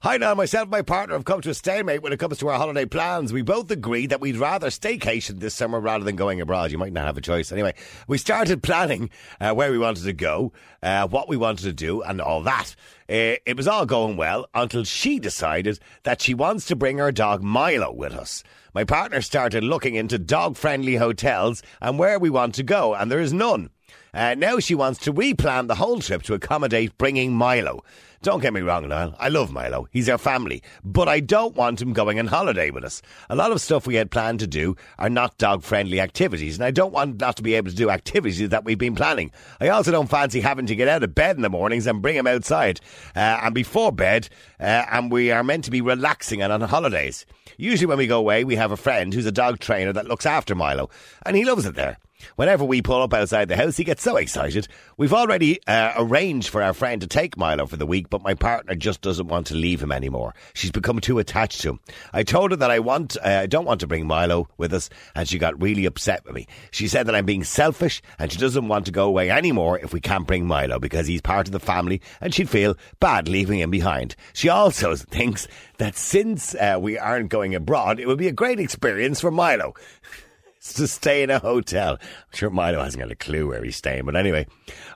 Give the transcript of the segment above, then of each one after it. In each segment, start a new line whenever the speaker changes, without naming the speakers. Hi now, myself and my partner have come to a stalemate when it comes to our holiday plans. We both agree that we'd rather staycation this summer rather than going abroad. You might not have a choice. Anyway, we started planning uh, where we wanted to go, uh, what we wanted to do, and all that. Uh, it was all going well until she decided that she wants to bring her dog Milo with us. My partner started looking into dog friendly hotels and where we want to go, and there is none. Uh, now she wants to replan the whole trip to accommodate bringing Milo. Don't get me wrong, Niall. I love Milo. He's our family. But I don't want him going on holiday with us. A lot of stuff we had planned to do are not dog friendly activities, and I don't want not to be able to do activities that we've been planning. I also don't fancy having to get out of bed in the mornings and bring him outside uh, and before bed, uh, and we are meant to be relaxing and on holidays. Usually, when we go away, we have a friend who's a dog trainer that looks after Milo, and he loves it there. Whenever we pull up outside the house, he gets so excited. We've already uh, arranged for our friend to take Milo for the week, but my partner just doesn't want to leave him anymore. She's become too attached to him. I told her that I want, uh, I don't want to bring Milo with us, and she got really upset with me. She said that I'm being selfish, and she doesn't want to go away anymore if we can't bring Milo because he's part of the family, and she'd feel bad leaving him behind. She also thinks that since uh, we aren't going abroad, it would be a great experience for Milo to stay in a hotel. I'm sure Milo hasn't got a clue where he's staying, but anyway,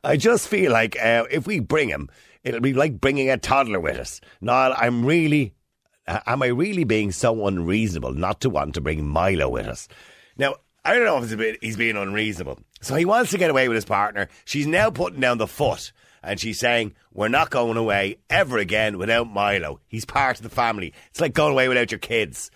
I just feel like uh, if we bring him, it'll be like bringing a toddler with us. Niall, I'm really, uh, am I really being so unreasonable not to want to bring Milo with us? Now, I don't know if it's a bit, he's being unreasonable. So he wants to get away with his partner. She's now putting down the foot. And she's saying, We're not going away ever again without Milo. He's part of the family. It's like going away without your kids.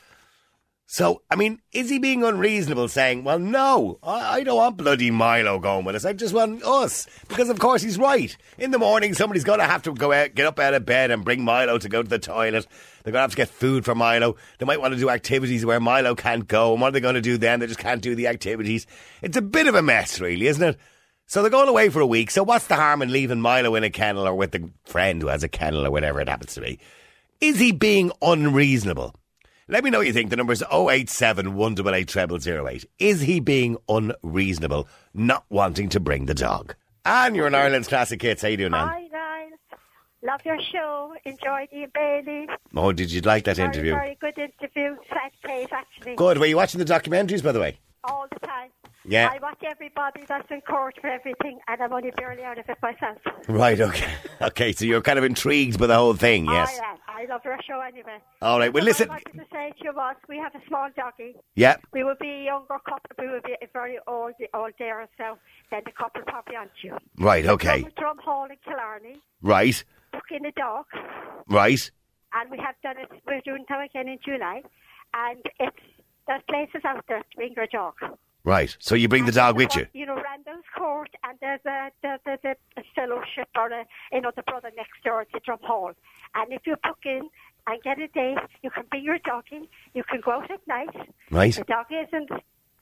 So, I mean, is he being unreasonable saying, well, no, I, I don't want bloody Milo going with us. I just want us. Because, of course, he's right. In the morning, somebody's going to have to go out, get up out of bed and bring Milo to go to the toilet. They're going to have to get food for Milo. They might want to do activities where Milo can't go. And what are they going to do then? They just can't do the activities. It's a bit of a mess, really, isn't it? So they're going away for a week. So what's the harm in leaving Milo in a kennel or with the friend who has a kennel or whatever it happens to be? Is he being unreasonable? Let me know what you think. The number is 087 188 0008. Is he being unreasonable, not wanting to bring the dog? Anne, you're an Ireland's classic kids. How you doing, Anne?
Hi, Niall. Love your show. Enjoyed you, Bailey.
Oh, did you like that interview?
Very, very good interview. Sad case, actually.
Good. Were you watching the documentaries, by the way?
All the time.
Yeah.
I watch everybody that's in court for everything, and I'm only barely out of it myself.
Right, okay. Okay, so you're kind of intrigued by the whole thing, yes?
I am. I love your show anyway.
All right, well,
What
listen.
I wanted to say to you was, we have a small doggy.
Yeah.
We will be a younger couple, we will be a very old, old day or so, then the couple probably aren't you.
Right, okay.
From Drum Hall in Killarney,
Right,
took in a dog.
right.
and we have done it. We're doing it again in July, and it's there's places out there to bring your dog.
Right, so you bring the dog with you.
You know, Randall's Court, and there's a there- there's a, a fellowship or a you know the brother next door to Drum Hall, and if you book in and get a day, you can bring your dog in. You can go out at night.
Right.
The dog isn't.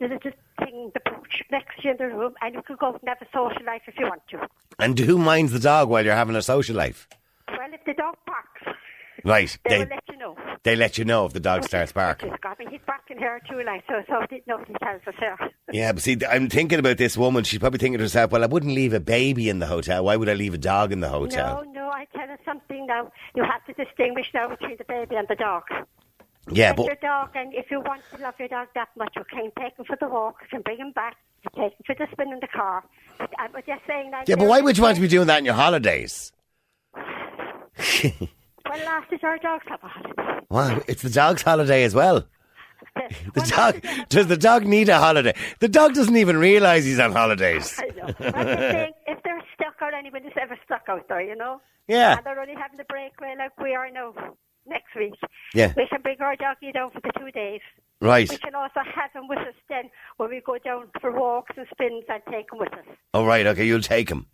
The little thing, the pooch next to you in the room, and you can go and have a social life if you want to.
And who minds the dog while you're having a social life?
Well, if the dog barks,
Right,
they,
they,
will let you know.
they let you know if the dog starts barking.
She's got me. He's barking her too, like so. So did nobody tells us her.
Yeah, but see, th- I'm thinking about this woman. She's probably thinking to herself, well, I wouldn't leave a baby in the hotel. Why would I leave a dog in the
No,
hotel?
no. I tell her something now. You have to distinguish now between the baby and the dog.
yeah,
Your
but
dog, and if you want to love your dog that much, you can take him for the walk, you can bring him back, you can take him for the spin in the car. But I was just saying that.
yeah, but why would you want to be doing that in your holidays?
Well, last is our dog's have a holiday.
Wow, it's the dog's holiday as well. The
Well,
dog
last is our-
does the dog need a holiday? The dog doesn't even realise he's on holidays.
I know. But the thing, if they're stuck out, anybody's ever stuck out there, you know?
Yeah.
And they're only having a break well, like we are now next week.
Yeah.
We can bring our doggy down for the two days.
Right.
We can also have him with us then when we go down for walks and spins and take him with us.
All Oh, right. Okay, you'll take him.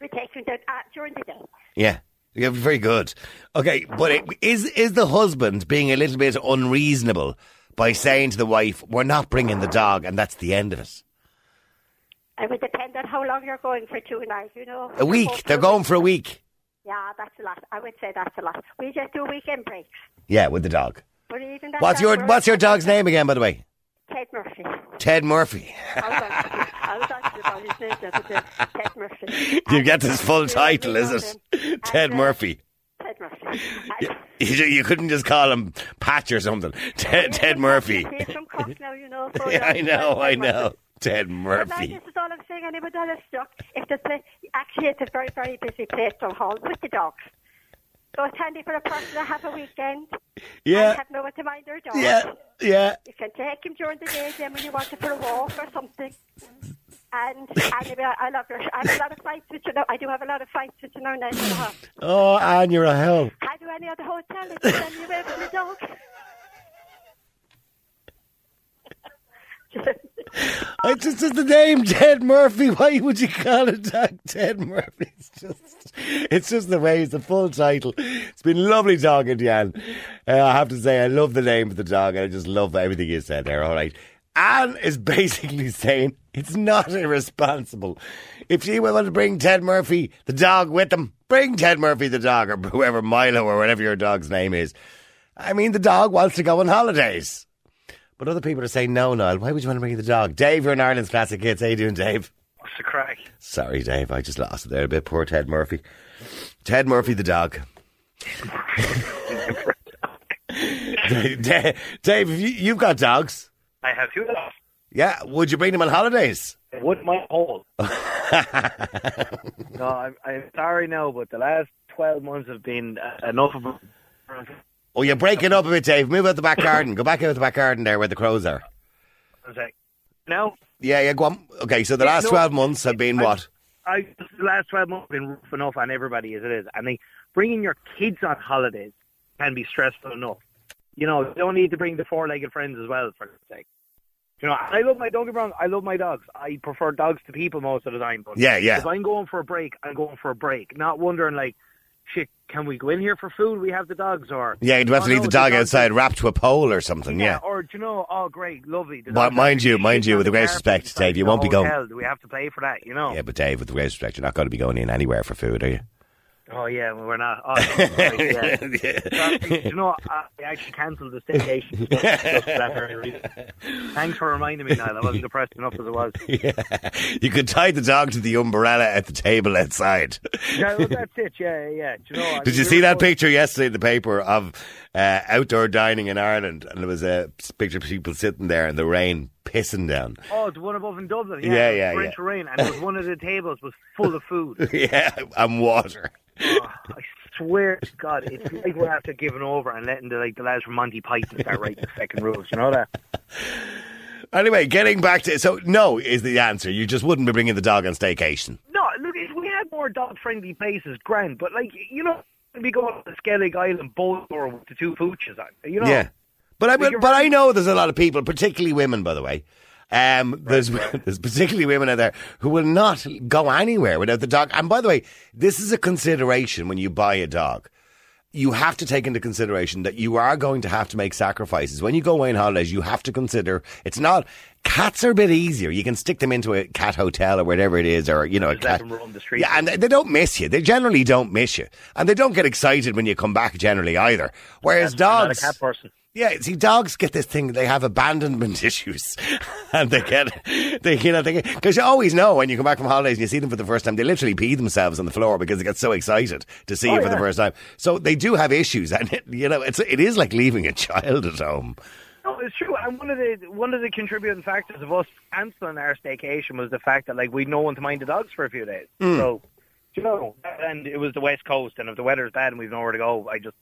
We take him down uh, during the day.
Yeah. Yeah, very good. Okay, but it, is is the husband being a little bit unreasonable by saying to the wife, "We're not bringing the dog," and that's the end of it?
It would depend on how long you're going for two nights, you know.
A
Go
week. They're
for-
going for a week.
Yeah, that's a lot. I would say that's a lot. We just do weekend breaks.
Yeah, with the dog.
But even that
What's
down
your
first.
What's your dog's name again, by the way?
Ted Murphy.
Ted Murphy.
I was actually, I was actually about his name the other day. Ted Murphy.
You
And-
get his full
and
title,
we
is
love him.
it? Ted
And, uh,
Murphy.
Ted Murphy. And-
You, you couldn't just call him Patch or something. Ted,
He's
Ted
from
Murphy.
Cork- He's from Cork now, you know. So
I know, I know. Ted
But now,
Murphy.
this is all I'm saying. Anybody that is stuck, if they play, actually it's a very, very busy place to hall with the dogs. So it's handy for a person to have a weekend and
Yeah,
have no one to mind their dog.
yeah, yeah.
You can take him during the day then when you want to for a walk or something. And anyway, I, I love your. I have a lot of fights with you now. I do have a lot of fights with you now. Nice and hot.
Oh, Anne, you're a hell.
How do any other hotel if you send me away from the dog?
I just just the name Ted Murphy. Why would you call it dog Ted Murphy? It's just, it's just the way. It's the full title. It's been lovely talking to you, Anne. Uh, I have to say, I love the name of the dog, and I just love everything you said there. All right, Anne is basically saying it's not irresponsible if she want to bring Ted Murphy the dog with them. Bring Ted Murphy the dog, or whoever Milo, or whatever your dog's name is. I mean, the dog wants to go on holidays. But other people are saying, no, Niall, why would you want to bring the dog? Dave, you're in Ireland's classic kids. How you doing, Dave?
What's the crack?
Sorry, Dave, I just lost it there a bit. Poor Ted Murphy. Ted Murphy, the dog. Da- Da- Dave, if you, you've got dogs.
I have two dogs.
Yeah, would you bring them on holidays?
It wouldn't mind hold. no, I'm, I'm sorry now, but the last 12 months have been uh, enough of a-
Oh, you're breaking up a bit, Dave. Move out the back garden. Go back out the back garden there where the crows are.
One sec. Now,
Yeah, yeah, go on. Okay, so the
Yeah,
last
no,
12 months have been
I-
what?
I, the last 12 months have been rough enough on everybody as it is. And they, bringing your kids on holidays can be stressful enough. You know, you don't need to bring the four-legged friends as well, for the sake. You know, I love my, don't get me wrong, I love my dogs. I prefer dogs to people most of the time. But
Yeah, yeah.
If I'm going for a break, I'm going for a break. Not wondering, like, shit, can we go in here for food? We have the dogs, or...
Yeah, you'd have to
"Oh,
leave
no,
the dog
dog's-
outside wrapped to a pole or something, yeah.
Or, do you know, oh, great, lovely. the
But
dog's
mind you,
actually
mind you,
shitting
with
on
the greatest
carpet
respect,
inside
Dave, you
the
won't be going-
hotel. Do we have to pay for that, you know?
Yeah, but Dave, with the greatest respect, you're not going to be going in anywhere for food, are you?
Oh yeah, well, we're not. Oh, sorry, yeah. Sorry, you know, I I actually cancelled the staycation. Just for that very reason. Thanks for reminding me, Niall. I wasn't depressed enough as it was.
You could tie the dog to the umbrella at the table outside.
Yeah, well, that's it. Yeah, yeah, yeah. Do you know? I
Did
mean,
you
we
see
were
that
going-
picture yesterday in the paper of uh, outdoor dining in Ireland? And there was a picture of people sitting there in the rain, pissing down.
Oh, the one above in Dublin. Yeah,
Yeah,
it was
yeah,
torrential rain, and it was one of the tables was full of food.
yeah, and water.
Oh, I swear to God, it's like we're after giving over and letting the like the lads from Monty Python start writing the second rules. You know that?
Anyway, getting back to so no is the answer. You just wouldn't be bringing the dog on staycation.
No, look, if we had more dog friendly places, grand. But like, you know, we go on the Skellig Island boat or with the two pooches on. You know,
Yeah, but I
Like
but,
you're-
but I know there's a lot of people, particularly women, by the way. Um, there's there's particularly women out there who will not go anywhere without the dog. And by the way, this is a consideration when you buy a dog. You have to take into consideration that you are going to have to make sacrifices when you go away on holidays. You have to consider it's not cats are a bit easier. You can stick them into a cat hotel or whatever it is, or you know, a
Just let
cat.
them roam the streets.
Yeah, and they they don't miss you. They generally don't miss you, and they don't get excited when you come back generally either. Whereas
That's- I'm
dogs,
Not a cat person.
yeah, see, dogs get this thing; they have abandonment issues, and they get, they you know, they because you always know when you come back from holidays and you see them for the first time, they literally pee themselves on the floor because they get so excited to see you for the first time. So they do have issues, and it, you know, it's it is like leaving a child at home.
No, it's true. And one of the one of the contributing factors of us cancelling our staycation was the fact that like we'd no one to mind the dogs for a few days.
Hmm.
So, you know, and it was the west coast, and if the weather's bad and we've nowhere to go, I just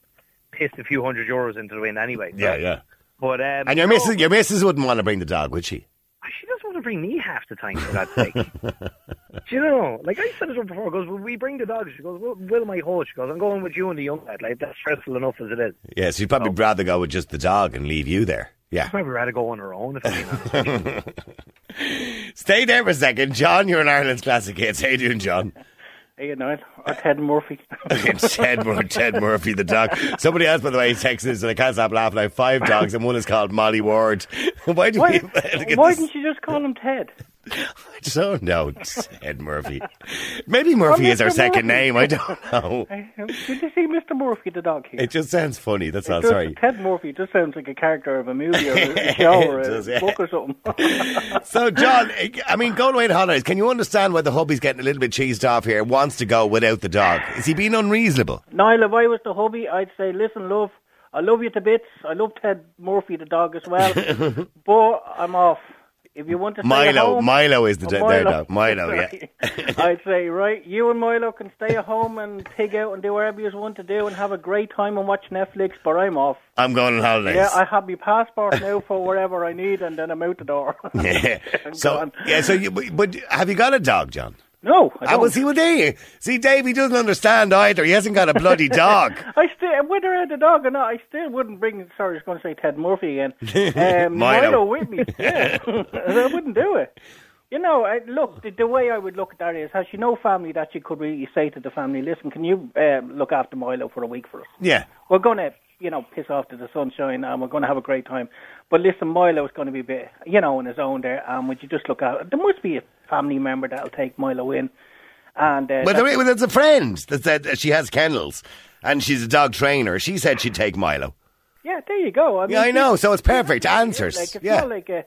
pissed a few hundred euros into the wind anyway. So-
yeah.
But um,
And your
no,
missus, your missus wouldn't want to bring the dog, would she?
"Ah, she doesn't want to bring me half the time for God's sake. Do you know? Like I said this one before, goes, Will we bring the dogs? She goes, Will, will my host? She goes, I'm going with you and the young lad. Like that's stressful enough as it is.
Yeah, she'd probably rather go with just the dog and leave you there. Yeah.
I'd probably rather go on her own if I'm being honest.
Stay there for a second, John. You're in Ireland's classic kids. How you doing, John?
Hey, Niall.
Uh,
Or Ted Murphy.
It's Ted, Mur- Ted Murphy, the dog. Somebody else, by the way, texted us, and I can't stop laughing. I have five dogs, and one is called Molly Ward. Why do
Why,
we? look at
why
this.
didn't you just call him Ted?
I don't know, Ted Murphy. Maybe Murphy is our
Mr.
second
Murphy.
name. I don't know.
I, um, did you see Mr. Murphy the dog here?
It just sounds funny. That's all.
Does-
Sorry.
Ted Murphy just sounds like a character of a movie or a a show or a
It does, yeah.
book or something.
So, John, I mean, going away on holidays, can you understand why the hubby's getting a little bit cheesed off here and wants to go without the dog? Is he being unreasonable?
Niall, if I was the hubby, I'd say, listen, love, I love you to bits. I love Ted Murphy the dog as well, but I'm off. If you want to stay at
Milo,
home,
Milo is the d-
Milo.
their dog. Milo, yeah.
Sorry. I'd say, right, you and Milo can stay at home and pig out and do whatever you want to do and have a great time and watch Netflix, but I'm off.
I'm going on holidays.
Yeah, I have my passport now for wherever I need, and then I'm out the door.
so,
gone.
yeah, so you, but but have you got a dog, John?
no, I
I
don't.
was see what they see. Dave, he doesn't understand either. He hasn't got a bloody dog.
I still, whether I had the dog or not, I still wouldn't bring. Sorry, I was going to say Ted Murphy again. Um,
Milo.
Milo with me, yeah, I wouldn't do it. You know, I, look, the, the way I would look at that is, has she no family that she could really say to the family, listen, can you um, look after Milo for a week for us?
Yeah,
We're going to, you know, piss off to the sunshine and we're going to have a great time. But listen, Milo's going to be a bit, you know, on his own there. And would you just look out? There must be a family member that'll take Milo in. And uh,
but there, well, there's a friend that said that she has kennels and she's a dog trainer. She said she'd take Milo.
Yeah, there you go. I mean,
Yeah, I know. So it's perfect answers.
Like, it's
yeah,
not like a,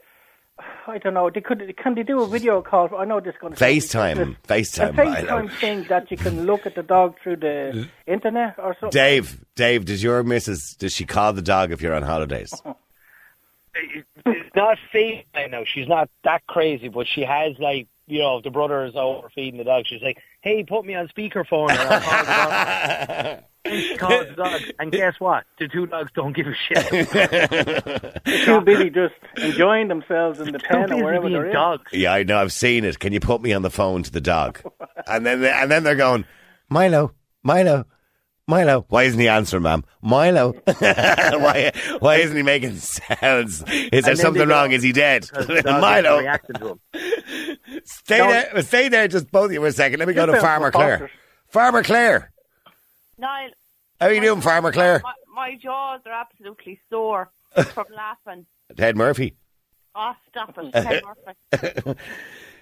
I don't know. They could can they do a video call? I know this is going to
FaceTime,
A
FaceTime, Milo.
FaceTime thing that you can look at the dog through the internet or something.
Dave, Dave, does your missus does she call the dog if you're on holidays?
It's not feeding now. She's not that crazy, but she has like you know if the brother is over feeding the dog. She's like, "Hey, put me on speakerphone." And I'll call the dog. And she calls the dog, and guess what? The two dogs don't give a shit.
Too busy just enjoying themselves in the
Too
pen or
busy
wherever they're
being
in.
dogs.
Yeah, I know. I've seen it. Can you put me on the phone to the dog? And then they, and then they're going, Milo, Milo, Milo. Why isn't he answering, ma'am? Milo. why why isn't he making sounds? Is there
then
something
they go-
wrong? Is he dead?
because the dog isn't
Milo,
reacting to him.
stay there. Stay there. Just both of you for a second. Let me go
Just
to
don't
Farmer Claire.
bother.
Farmer Claire,
Niall,
how are you doing, Farmer Claire?
my, my jaws are absolutely sore from laughing.
Ted Murphy.
Oh, stop
Uh-huh.
it. Ted Murphy.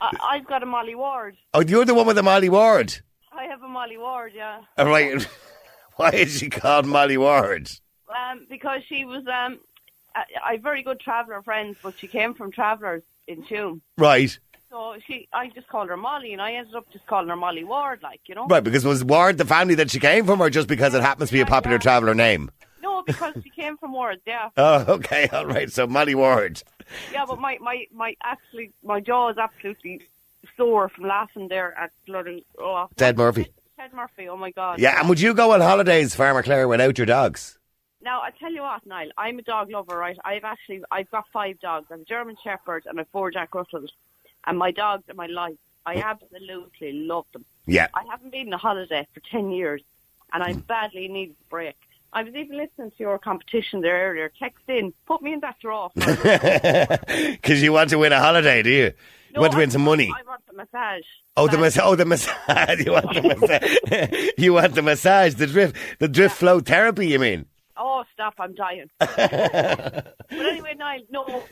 I, I've got a Molly Ward.
Oh, you're the one with the Molly Ward.
I have a Molly Ward, yeah.
I'm like, why is she called Molly Ward?
Um, because she was um, a, a very good traveller friends, but she came from Travellers in Tune.
Right.
So she, I just called her Molly, and I ended up just calling her Molly Ward, like, you know?
Right, because was Ward the family that she came from, or just because it happens to be a popular traveller name?
No, because she came from Ward, yeah.
Oh, okay, all right. So Molly Ward.
Yeah, but my, my, my, actually, my jaw is absolutely sore from laughing there at bloody. Oh,
Ted Murphy.
Ted Murphy, oh my God.
Yeah, and would you go on holidays, Farmer Claire, without your dogs?
Now I tell you what, Niall, I'm a dog lover, right? I've actually I've got five dogs. I've a German Shepherd and I've four Jack Russells, and my dogs are my life. I absolutely love them.
Yeah.
I haven't been on a holiday for ten years, and I badly need a break. I was even listening to your competition there earlier. Text in, put me in that draw. You
Because you want to win a holiday, do you? you want to win some money.
I want the massage.
Oh, the mas- oh, the massage. You want the massage. you want the massage, the drift, the drift flow therapy. You mean?
Oh, stop! I'm dying. but anyway, Niall, no,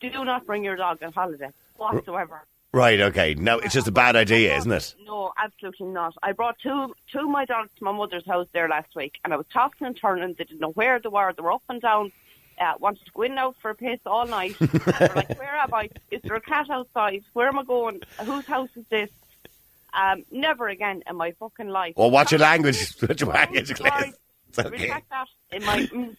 do not bring your dog on holiday whatsoever.
Right. Okay. No, it's just a bad idea, isn't it?
No, absolutely not. I brought two two of my dogs to my mother's house there last week, and I was tossing and turning. They didn't know where they were. They were up and down. Uh, wanted to go in and out for a piss all night. they were like, "Where am I? Is there a cat outside? Where am I going? Whose house is this?" Um, never again in my fucking life.
Well, watch your language. Watch your
Oh,
language, Claire.
sorry.
It's okay.
Retract that in my mm,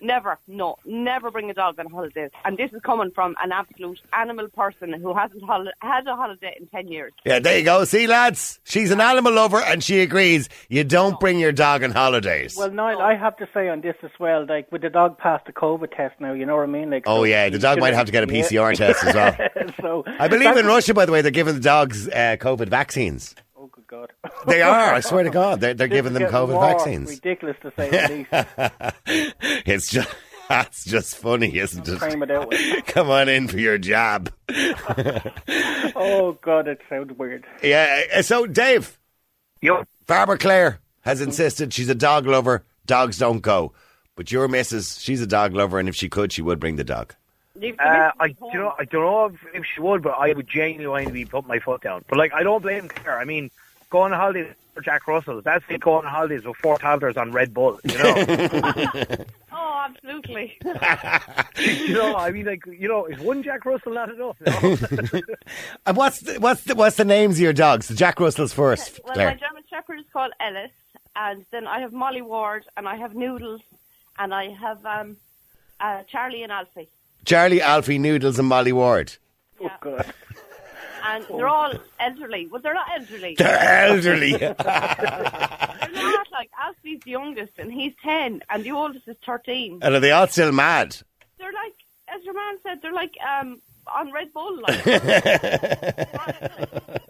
never, no, never bring a dog on holidays. And this is coming from an absolute animal person who hasn't hol- had a holiday in ten years.
Yeah, there you go. See, lads, she's an animal lover and she agrees you don't bring your dog on holidays.
Well, Niall, I have to say on this as well, like, with the dog past the COVID test now, you know what I mean? Like,
oh,
so
yeah, the dog might have to get a
Yeah.
PCR test as well.
so
I believe in Russia, by the way, they're giving the dogs uh, COVID vaccines.
Oh, good God.
They are, I swear to God. They're, they're giving them
Getting
COVID
more
vaccines.
Ridiculous to say the least.
It's just. That's just funny, isn't
Frame
it?
it out with.
Come on in for your job.
Oh God, it sounds weird.
Yeah. uh, So, Dave,
Yo,
Farmer Claire has
Mm-hmm.
insisted she's a dog lover. Dogs don't go. But your missus, she's a dog lover, and if she could, she would bring the dog.
Leave the
Uh,
missus
I
at
do
home.
you know I don't know if, if she would, but I would genuinely put my foot down. But like I don't blame Claire. I mean, going on holidays with Jack Russell. That's like going on holidays with four toddlers on Red Bull. You know,
Oh, absolutely.
you know. I mean, like you know, is one Jack Russell not enough? No?
And Uh, what's the, what's the, what's the names of your dogs? The Jack Russell's first,
Uh, Well, my
Claire.
German Shepherd is called Ellis, and then I have Molly Ward, and I have Noodles, and I have um, uh, Charlie and Alfie.
Charlie, Alfie, Noodles, and Molly Ward.
Oh, God.
And they're all elderly. Well, they're not elderly.
Oh. They're elderly.
They're not like Alfie's the youngest, and he's 10, and the oldest is 13.
and are they all still mad?
They're like, as your man said, they're like um, on Red Bull. Like. They're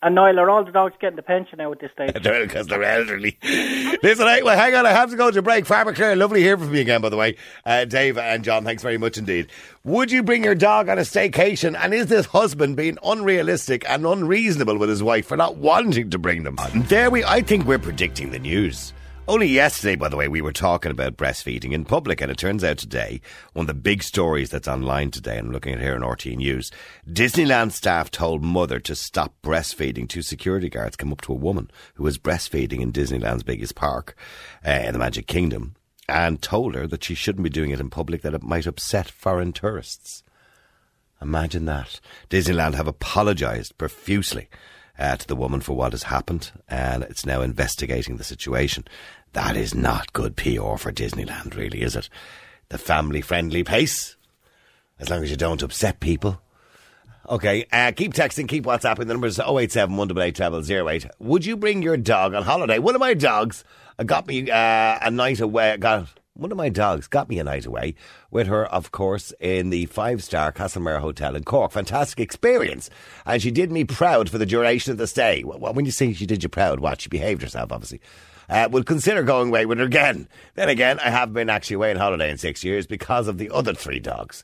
And Niall, are all the dogs getting the pension now at this stage?
because they're elderly. Listen, I, well, hang on, I have to go to break. Farmer Claire, lovely hearing from you again, by the way. Uh, Dave and John, thanks very much indeed. Would you bring your dog on a staycation? And is this husband being unrealistic and unreasonable with his wife for not wanting to bring them? on? There we, I think we're predicting the news. Only yesterday, by the way, we were talking about breastfeeding in public, and it turns out today, one of the big stories that's online today, and I'm looking at here on RT News, Disneyland staff told mother to stop breastfeeding. Two security guards came up to a woman who was breastfeeding in Disneyland's biggest park, uh, in the Magic Kingdom, and told her that she shouldn't be doing it in public, that it might upset foreign tourists. Imagine that. Disneyland have apologised profusely uh, to the woman for what has happened, and it's now investigating the situation. That is not good PR for Disneyland, really, is it? The family friendly place, as long as you don't upset people. Okay, uh, keep texting, keep WhatsApping. The number is 087 188 Would you bring your dog on holiday? One of my dogs got me uh, a night away. Got One of my dogs got me a night away with her, of course, in the five star Castlemare Hotel in Cork. Fantastic experience. And she did me proud for the duration of the stay. Well, well, when you say she did you proud, what? She behaved herself, obviously. Uh, will consider going away with her again. Then again, I haven't been actually away on holiday in six years because of the other three dogs.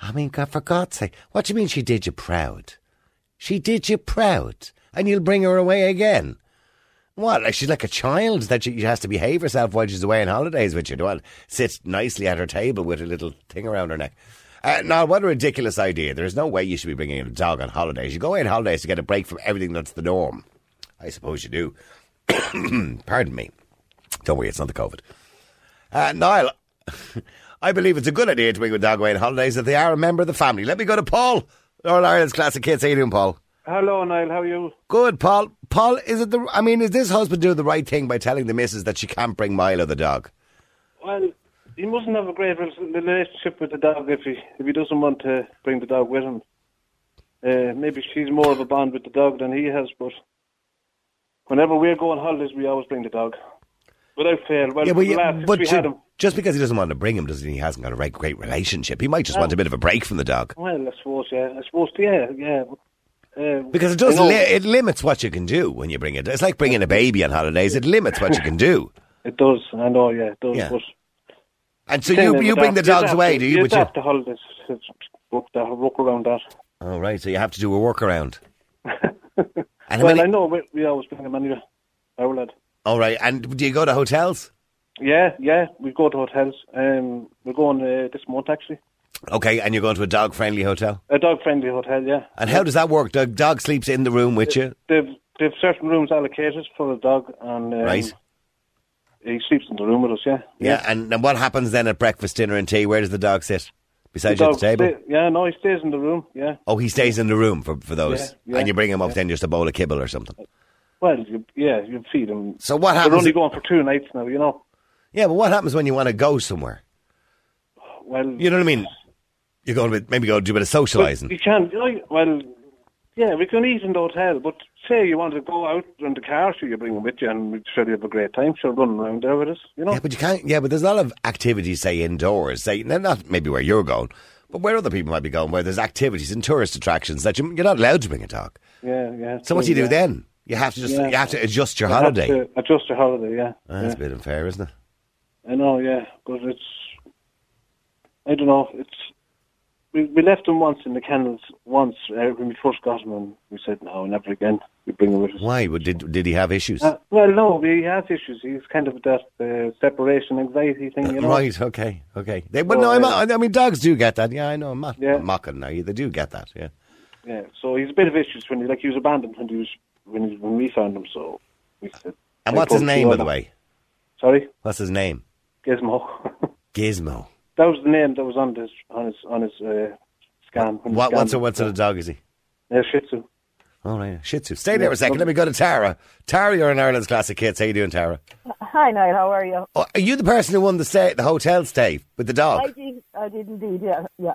I mean, God, for God's sake, what do you mean she did you proud? She did you proud, and you'll bring her away again. What? Like she's like a child that she, she has to behave herself while she's away on holidays with you. Well, sit nicely at her table with her little thing around her neck. Uh, now, what a ridiculous idea! There is no way you should be bringing a dog on holidays. You go away on holidays to get a break from everything that's the norm. I suppose you do. Pardon me. Don't worry, it's not the COVID. Uh, Niall, I believe it's a good idea to bring a dog away on holidays if they are a member of the family. Let me go to Paul, Northern Ireland's classic kids. How you doing, Paul?
Hello, Niall. How are you?
Good, Paul. Paul, is it the? I mean, is this husband doing the right thing by telling the missus that she can't bring Milo the dog?
Well, he mustn't have a great rel- relationship with the dog if he if he doesn't want to bring the dog with him. Uh, maybe she's more of a bond with the dog than he has, but whenever we're going holidays, we always bring the dog. Without fail. Well,
but,
the last
but
we
ju-
had him.
just because he doesn't want to bring him doesn't mean he hasn't got a right, great relationship. He might just want a bit of a break from the dog
Well, I suppose, yeah. I suppose, yeah, yeah. Uh,
because it
I
does
know
li- it limits what you can do when you bring it. It's like bringing a baby on holidays. It limits what you can do.
It does, I know, yeah, it does.
Yeah.
But
And so
thing
you
is
you
with
bring the
that,
dogs
you'd
away,
have
do
to-
you?
You'd
But you
have to holidays. It's- Work, that, work around that.
all right, so you have to do a workaround. and
well,
when
I
he-
know we, we always bring him anyway. Our lad.
all right, and do you go to hotels?
Yeah, yeah, we go to hotels. Um, we're going uh, this month actually,
Okay, and you're going to a dog friendly hotel.
a dog-friendly hotel. Yeah,
And how does that work? The dog sleeps in the room with you.
they've they've certain rooms allocated for the dog, and um,
Right.
he sleeps in the room with us. Yeah,
Yeah, and, and what happens then at breakfast, dinner, and tea? Where does the dog sit?
The
Beside you at the
dog
table?
stay- yeah, no, he stays in the room. Yeah,
Oh, he stays in the room for, for those.
Yeah, yeah,
and you bring him up then just a bowl of kibble or something.
well, you, yeah, you feed him.
So what
They're
happens?
only going for two nights now, you know.
Yeah, but what happens when you want to go somewhere?
Well,
You know what I mean? You're going to be, maybe go do a bit of socialising.
You can, you know, well, yeah, we can eat in the hotel, but say you want to go out in the car, so you bring him with you, and we sure you have a great time. Sure, run around there with us, you know.
Yeah, but you can't. Yeah, but there's a lot of activities, say indoors, say no, not maybe where you're going, but where other people might be going, where there's activities and tourist attractions that you, you're not allowed to bring a dog.
yeah, yeah.
So what do you do
yeah.
then? You have to just
Yeah.
you have to adjust your
You have
holiday.
to Adjust your holiday, yeah.
Ah,
yeah.
that's a bit unfair, isn't it?
I know, yeah, but it's. I don't know. It's. We, we left him once in the kennels once uh, when we first got him, and we said no, never again. we bring him with us.
Why? Would- Did, did he have issues?
Uh, well, no, he has issues. He's kind of that uh, separation anxiety thing, you know.
Right, okay, okay. They, but
So,
no, I'm,
uh,
I mean, dogs do get that. Yeah, I know. I'm not
Yeah.
mocking now. They do get that, yeah.
Yeah, so he's a bit of issues when he like he was abandoned when he was when he, when we found him. So we said.
And what's his name, by the way?
Sorry,
What's his name?
Gizmo.
Gizmo.
that was the name that was on his on his on his uh, scan. when he
What, what's,
scanned
a, what's a dog is he?
Yeah, Shih Tzu.
All right, Shih Tzu. Stay there a second. Let me go to Tara. Tara, you're in Ireland's classic kids. How you doing, Tara?
Hi, Niall. How are you?
Oh, are you the person who won the stay, the hotel stay with the
I
dog?
did, I did indeed. Yeah, yeah.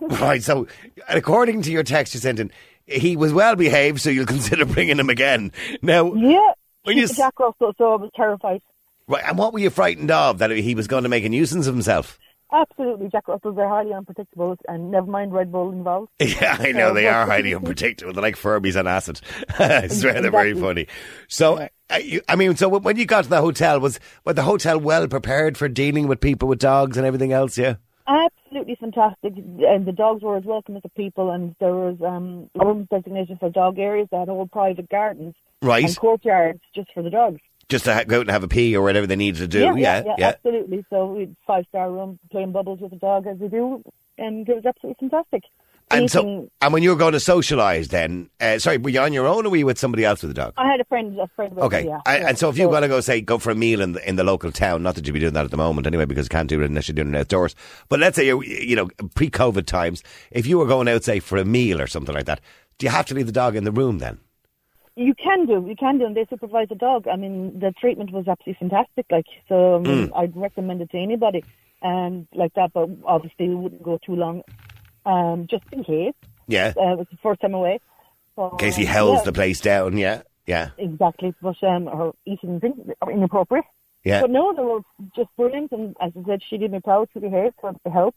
Right. So, according to your text you sent in, he was well behaved, so you'll consider bringing him again. Now,
yeah.
When you
He's a
s-
Jack Russell, so I was terrified.
right, and what were you frightened of? That he was going to make a nuisance of himself?
Absolutely, Jack Russells are highly unpredictable, and never mind Red Bull involved.
Yeah, I know
Uh,
they
what-
are highly unpredictable. They're like Furbies on acid. I swear they're very
Exactly.
funny. So, uh, you- I mean, so when you got to the hotel, was were the hotel well prepared for dealing with people with dogs and everything else? Yeah.
Absolutely fantastic, and the dogs were as welcome as the people. And there was um, a room designation for dog areas. They had whole private gardens
Right.
and courtyards just for the dogs.
Just to ha- go out and have a pee or whatever they needed to do. Yeah, yeah.
absolutely. So we had five star room, playing bubbles with the dog as we do, and it was absolutely fantastic.
And so,
Eating-
and when you were going to socialise, then, uh, sorry, were you on your own or were you with somebody else with the dog?
I had a friend, a friend. with me,
Okay,
Oh, yeah,
I,
yeah.
and so if you want to go say go for a meal in the, in the local town, not that you'd be doing that at the moment anyway, because you can't do it unless you're doing it outdoors. But let's say you you know pre COVID times, if you were going out say for a meal or something like that, do you have to leave the dog in the room then?
You can do, you can do, and they supervise the dog. I mean, the treatment was absolutely fantastic. Like, so I mean,
Mm.
I'd recommend it to anybody, and like that. But obviously, we wouldn't go too long, um, just in case.
Yeah,
Uh, it was the first time away. So,
in case he howls
Uh, yeah,
the place down. Yeah, yeah,
exactly. But um, her eating and drinking are inappropriate.
yeah.
But no, they were just brilliant, and as I said, she did me proud through the hair for the help.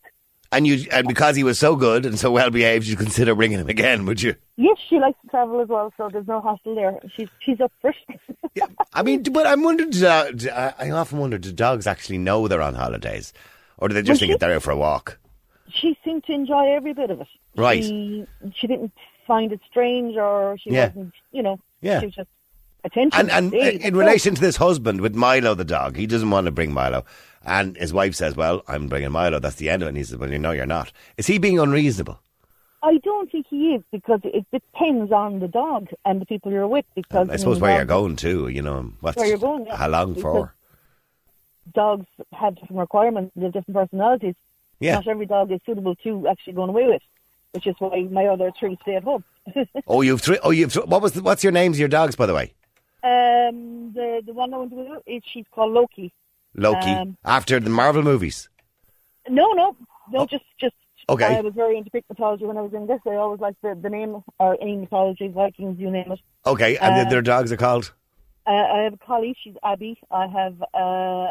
And you and because he was so good and so well behaved, you'd consider bringing him again, would you?
Yes, she likes to travel as well, so there's no hassle there. She's she's up for it.
Yeah, I mean, but I'm wondering. do- do- I I often wonder: do dogs actually know they're on holidays, or do they just think
Well, she-
that they're out for a walk?
she seemed to enjoy every bit of it.
Right.
She, she didn't find it strange or she
Yeah.
wasn't, you know,
Yeah.
she was just attention.
And and
Hey,
in
oh,
relation to this husband with Milo the dog, he doesn't want to bring Milo, and his wife says, "Well, I'm bringing Milo. That's the end of it." And he says, "Well, you know, you're not." Is he being unreasonable?
I don't think he is because it depends on the dog and the people you're with because
I suppose where you're
dogs,
going to, you know, and what's
Where you're going, yeah.
how long for?
dogs have different requirements, they have different personalities.
Yeah.
Not every dog is suitable to actually going away with, which is why my other three stay at home.
Oh, you've three. Oh, you've. Three, what was? The, what's your names? of Your dogs, by the way,
um, the, the one I want to go is she's called Loki.
Loki.
Um,
after the Marvel movies.
No, no, no.
Oh.
Just, just.
Okay.
I was very into Greek mythology when I was in this. I always liked the, the name or any mythology, Vikings, you name it.
Okay, and
uh,
their dogs are called.
Uh, I have a colleague, she's Abby. I have uh,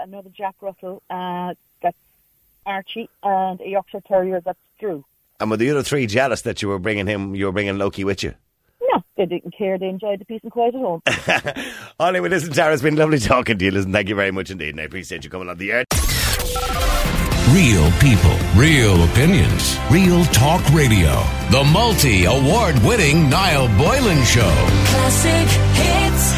another Jack Russell, uh, that's Archie, and a Yorkshire Terrier, that's Drew.
And were the other three jealous that you were bringing him? You were bringing Loki with you.
No, they didn't care. They enjoyed the peace and quiet at home.
Ollie, well, Oh, listen, Tara, it's been lovely talking to you. Listen, thank you very much indeed, and I appreciate you coming on the air.
Real people, real opinions, real talk radio. The multi award winning Niall Boylan Show.
Classic hits.